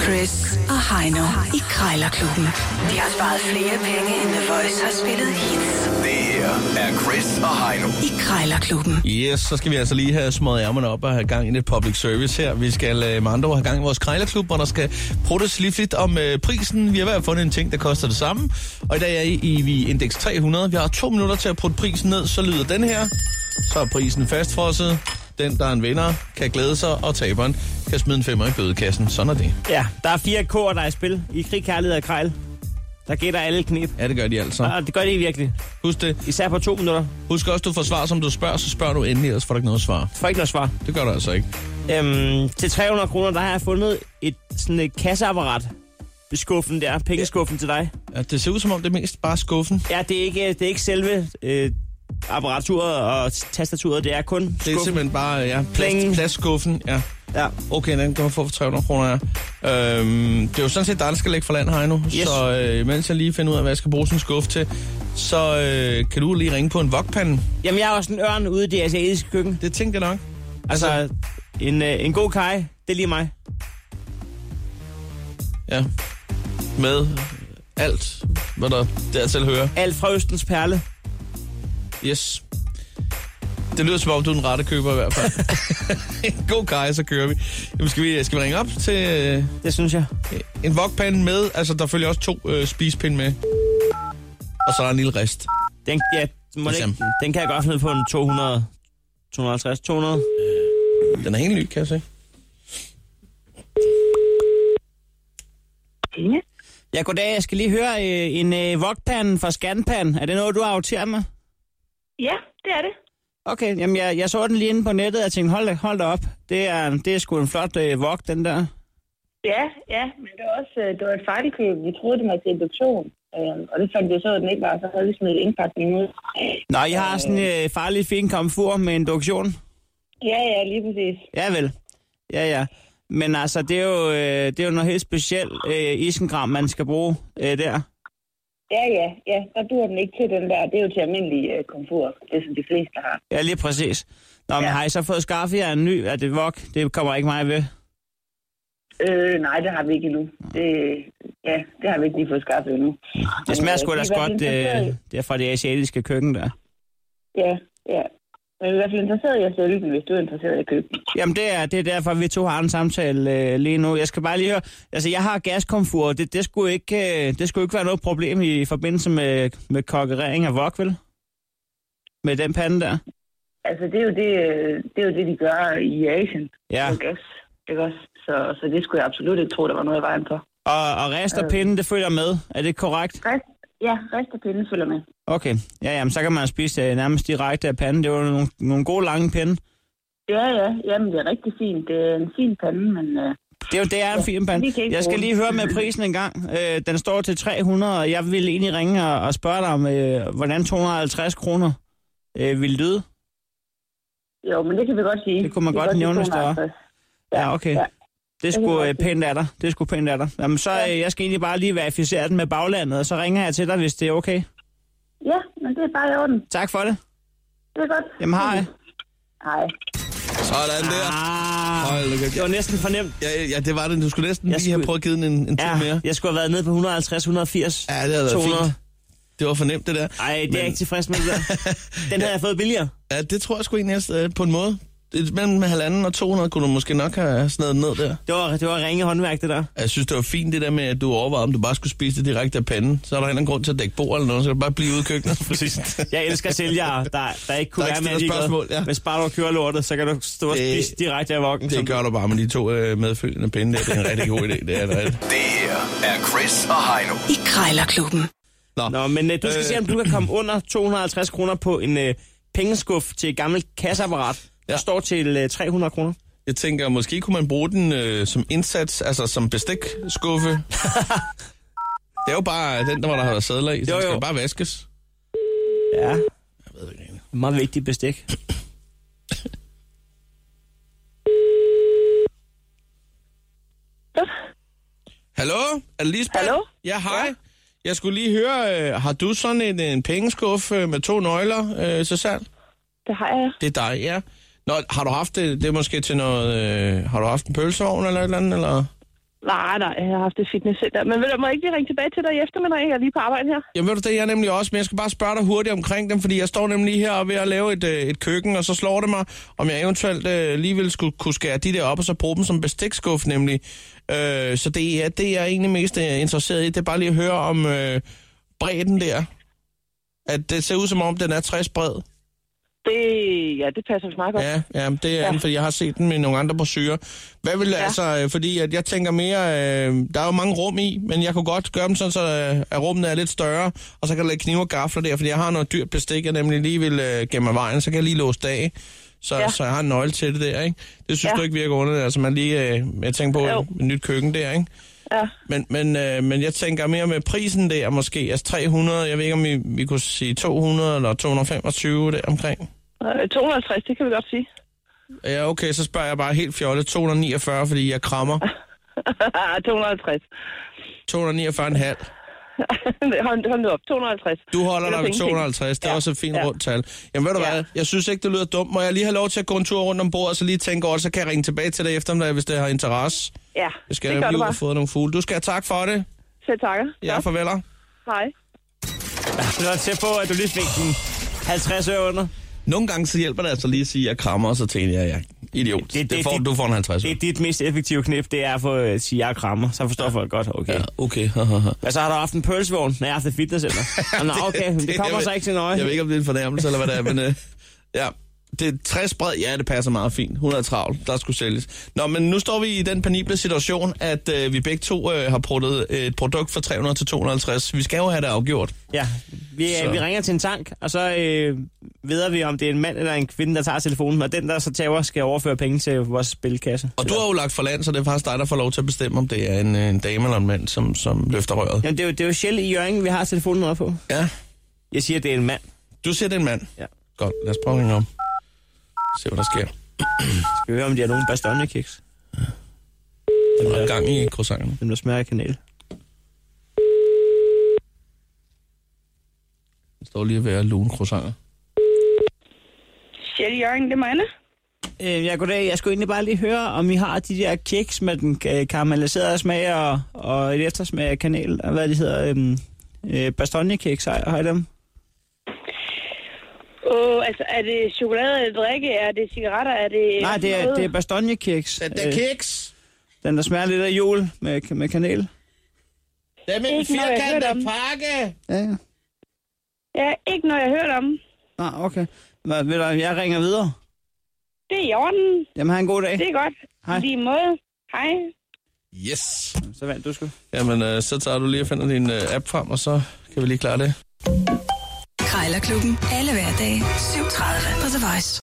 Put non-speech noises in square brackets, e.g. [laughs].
Chris og Heino i Krejlerklubben. De har sparet flere penge, end The Voice har spillet hits Det her er Chris og Heino. i Krejlerklubben. Yes, så skal vi altså lige have smået ærmerne op og have gang i lidt public service her. Vi skal øh, med andre ord have gang i vores krejlerklub, hvor der skal prøves lige lidt om øh, prisen. Vi har i hvert fald fundet en ting, der koster det samme. Og i dag er I, i vi indeks 300. Vi har to minutter til at putte prisen ned, så lyder den her. Så er prisen fastfrosset. Den, der er en vinder, kan glæde sig, og taberen kan smide en femmer i bødekassen. Sådan er det. Ja, der er fire k'er, der er i spil. I krig, kærlighed og krejl. Der gætter alle knep. Ja, det gør de altså. Og det gør det virkelig. Husk det. Især på to minutter. Husk også, du får svar, som du spørger, så spørger du endelig, ellers får du ikke noget svar. Får ikke noget svar. Det gør du altså ikke. Øhm, til 300 kroner, der har jeg fundet et, sådan et kasseapparat. I Skuffen der, pengeskuffen til dig. Ja, det ser ud som om, det er mest bare skuffen. Ja, det er ikke, det er ikke selve øh, apparaturet og tastaturet, det er kun skuffen. Det er simpelthen bare, ja, plast, Pling. plastskuffen, ja. Ja, Okay, den kan man få for 300 kroner, ja. Øhm, det er jo sådan set dig, der skal lægge for land her nu. Yes. Så øh, mens jeg lige finder ud af, hvad jeg skal bruge sådan en skuffe til, så øh, kan du lige ringe på en vokpande. Jamen, jeg er også en ørn ude i det asiatiske køkken. Det tænkte jeg nok. Altså, en, øh, en god kaj, det er lige mig. Ja. Med alt, hvad der dertil hører. Alt fra Østens Perle. Yes. Det lyder som om, du er den rette køber i hvert fald. [laughs] God kaj, så kører vi. Jamen, skal vi, skal vi ringe op til øh, Det synes jeg. en vokpande med? Altså, der følger også to øh, spisepinde med. Og så er der en lille rest. Den, ja, må den, ikke, Ligesom. den kan jeg godt finde på en 200, 250, 200. Den er helt ny, kan jeg se. Tine? Ja, goddag. Jeg skal lige høre øh, en øh, vokpande fra Scanpan. Er det noget, du har aftalt mig? Ja, det er det. Okay, jamen jeg, jeg så den lige inde på nettet, og jeg tænkte, hold da, hold da op. Det er, det er sgu en flot øh, vok, den der. Ja, ja, men det var også øh, det var et fejlkøb. Vi troede, det var til induktion, øh, og det fandt vi så, at den ikke var, så havde vi smidt indpakningen ud. Nå, I har sådan en øh, farlig fin komfur med induktion. Ja, ja, lige præcis. Ja vel. Ja, ja. Men altså, det er jo, øh, det er jo noget helt specielt øh, isengram, man skal bruge øh, der. Ja, ja, ja, der dur den ikke til den der. Det er jo til almindelig øh, komfort, det som de fleste har. Ja, lige præcis. Nå, men Ja. har I så fået skaffet jer en ny? Er det vok? Det kommer ikke mig ved. Øh, nej, det har vi ikke endnu. Det, ja, det har vi ikke lige fået skaffet endnu. Det smager sgu Men, øh, ellers vi er i hvert godt, fald øh, interesseret- det er fra det asiatiske køkken der. Ja, ja. Men vi er i hvert fald interesseret i at sælge den, hvis du er interesseret i at købe den. Jamen, det er, det er derfor, vi to har en samtale øh, lige nu. Jeg skal bare lige høre, altså, jeg har gaskomfur, og det, det, skulle ikke, øh, det skulle ikke være noget problem i forbindelse med, med kokkerering af vok, vel? Med den pande der? Altså, det er jo det, øh, det, er jo det de gør i Asien. Ja, på gas, ikke også? Så, så det skulle jeg absolut ikke tro, der var noget i vejen for. og, og rest Øh. af pinden, det følger med. Er det korrekt? Rest, ja, rest af pinden følger med. Okay, ja, jamen, så kan man spise det nærmest direkte af panden. Det var nogle, nogle gode lange pinde. Ja, ja, jamen det er rigtig fint. Det er en fin pande, men øh, Det er jo det er en fin vi kan pande. ikke Jeg skal bruge lige den. høre med prisen en gang. Øh, den står til 300, og jeg vil egentlig ringe og, og spørge dig om, øh, hvordan 250 kroner øh, vil lyde. jo, men det kan vi godt sige. Det kunne man Vi kan godt sige nævne, hvis der var. 250. Ja, okay. Ja. Det kan jeg skulle godt øh, sige. pænt af dig. Det skulle pænt af dig. Jamen, så øh, jeg skal egentlig bare lige verificere den med baglandet, og så ringer jeg til dig, hvis det er okay. ja, men det er bare i orden. Tak for det. Det er godt. Jamen, hej. Hej. Sådan der. Ah, Hold da kæft. det var næsten fornemt. Ja, ja, det var det. Du skulle næsten Jeg lige have skulle- prøvet at give den en, en tur Ja, mere. jeg skulle have været nede på 150, 180. Ja, det havde været 200. fint. Det var fornemt, det der. Ej, det er Men- jeg ikke [laughs] tilfreds med. Det der. Den havde jeg fået billigere. Ja, det tror jeg sgu egentlig også, øh, på en måde. Det- Mellem halvanden og 200 kunne du måske nok have snedet ned der. Altså, Det var, det var ringe håndværk, det der. Jeg synes, det var fint det der med, at du overvejede, om du bare skulle spise det direkte af panden. Så er der en eller anden grund til at dække bord eller noget, så kan du bare blive ude i køkkenet. Præcis. Jeg elsker sælgere, der, der ikke kunne Der ikke være stiller med ligeglade. spørgsmål, ja. Hvis bare du kører lortet, så kan du stå og Det- spise direkte af vokken. som- Det gør du bare med de to øh, medfølgende pinde der. Det er en rigtig god idé, det er det rigtigt. Det her er Chris og Heino. I Krejlerklubben. Nå, men øh, du skal øh... se, om du kan komme under 250 kroner på en øh, pengeskuff til et gammelt kasseapparat. Ja. Ja. Der står til øh, 300 kroner. Jeg tænker, måske kunne man bruge den øh, som indsats, altså som [laughs] bestikskuffe. det er jo bare den, der var der har været sædler i, så Jo, den jo. skal bare vaskes. Ja, Jeg ved ikke rigtig. meget vigtigt bestik. Hallo? Er det Lisbeth? Hallo? Ja, hej. Ja. Jeg skulle lige høre, øh, har du sådan en, en pengeskuffe øh, med to nøgler øh, til salg? Det har jeg. Det er dig, ja. Nå, har du haft det, det er måske til noget, øh, har du haft en pølseovn eller et eller andet, eller? Nej, nej, jeg har haft et fitnesscenter. Men ved du, må jeg ikke lige ringe tilbage til dig i eftermiddag? Jeg er lige på arbejde her. Jamen ved du det, er jeg nemlig også, men jeg skal bare spørge dig hurtigt omkring dem, fordi jeg står nemlig her og ved at lave et, øh, et køkken, og så slår det mig, om jeg eventuelt øh, lige ville skulle kunne skære de der op, og så bruge dem som bestikskuffe nemlig. Øh, så det er det, jeg er egentlig mest øh, interesseret i, det er bare lige at høre om øh, bredden der. At det ser ud som om, den er 60 bred. Det, ja, det passer vist meget godt. Ja, ja det er ja. den, fordi jeg har set den med nogle andre brosyrer. Hvad vil ja. altså, øh, fordi at jeg tænker mere, øh, der er jo mange rum i, men jeg kunne godt gøre dem sådan, så øh, at rummene er lidt større, og så kan jeg lægge knive og gafler der, fordi jeg har noget dyrt bestik, jeg nemlig lige vil øh, gemme af vejen, så kan jeg lige låse det af. Så, ja. Ja. så jeg har en nøgle til det der, ikke? Det synes ja. Ja. du ikke virker underligt, altså man lige, øh, jeg tænker på Jo. et, et nyt køkken der, ikke? ja. Men, men, øh, men jeg tænker mere med prisen der måske, altså 300, jeg ved ikke om vi, vi kunne sige 200 eller 225 der omkring. Øh, 250, det kan vi godt sige. [laughs] Ja, okay, så spørger jeg bare helt fjollet. 249, fordi jeg krammer. 249,5. 250. [laughs] hold, hold nu op, 250. Du holder Det er dig ved ingenting. 250. Det er Ja, også et fint ja. rundt tal. Jamen ved du Ja. hvad, jeg synes ikke, det lyder dumt. Må jeg lige have lov til at gå en tur rundt om bordet, og så lige tænke over det, så kan jeg ringe tilbage til dig i eftermiddag, hvis det har interesse. Ja, Jeg skal det nemlig gør du ud bare. og få nogle fugle. Du skal have tak for det. Selv takker. Ja, farveler. Hej. Så er tæt på, at du lige fik den 50 øre under. Nogle gange så hjælper det altså lige at sige, at jeg krammer, og så tænker jeg, at jeg er idiot. Det, det, det får, det, du får en 50. Det er Det, dit mest effektive knep, det er at få øh, at sige, jeg krammer. Så forstår folk godt, okay. ja, Ja. okay. hahaha. Og så har du haft en pølsevogn, når jeg har haft et fitnesscenter. [laughs] Ah, Nå, nå, okay, det, det kommer jeg så ved- ikke til nøje. Jeg ved ikke, om det er en fornærmelse eller hvad det er, men øh, ja. Det er 60 bred, ja, det passer meget fint. 100 travl, der skulle sælges. Nå, men nu står vi i den penible situation, at øh, vi begge to øh, har pruttet øh, et produkt fra 300 til 250. Vi skal jo have det afgjort. Ja, vi, Så. øh, vi ringer til en tank, og så øh, ved vi, om det er en mand eller en kvinde, der tager telefonen. Og den, der så tager, skal overføre penge til vores spilkasse. Og du har jo lagt for land, så det er faktisk dig, der får lov til at bestemme, om det er en, øh, en dame eller en mand, som, som løfter røret. Jamen, det er jo, det er jo Shell i Jørgen, vi har telefonen på. Ja. Jeg siger, det er en mand. Du siger, det er en mand. Ja. Godt, lad os prøve at ringe om. Se, hvad der sker. Skal vi høre, om de har nogen bastonjekiks? Der er gang i croissanterne. Dem, der smager af kanel. Det står lige at være lune croissanter. Sjæl Jørgen, det er mig, Anna. Øh, ja, goddag. Jeg skulle egentlig bare lige høre, om I har de der kiks med den øh, karamelliserede smag og, og et eftersmag af kanel, og hvad de hedder, øhm, øh, bastonjekiks, har har I dem? Åh, altså, er det chokolade, er det drikke, er det cigaretter, er det... Nej, det er, det er bastonjekiks. Det er Øh, kiks. Den, der smager lidt af jul med, med kanel. Det er med en Ikke noget, jeg har hørt firkantet om. pakke. Ja, ja. Ja, ikke når jeg har hørt om. dem. Ah, okay. Hvad, ved du, hvad, jeg ringer videre. Det er i orden, Jamen, have en god dag. det er godt. Hej. Lige måde. Hej. Yes. Så vandt du sgu. Jamen, øh, så tager du lige og finder din øh, app frem, og så kan vi lige klare det. Krejlerklubben. Alle hverdage. 7.30 på The Voice.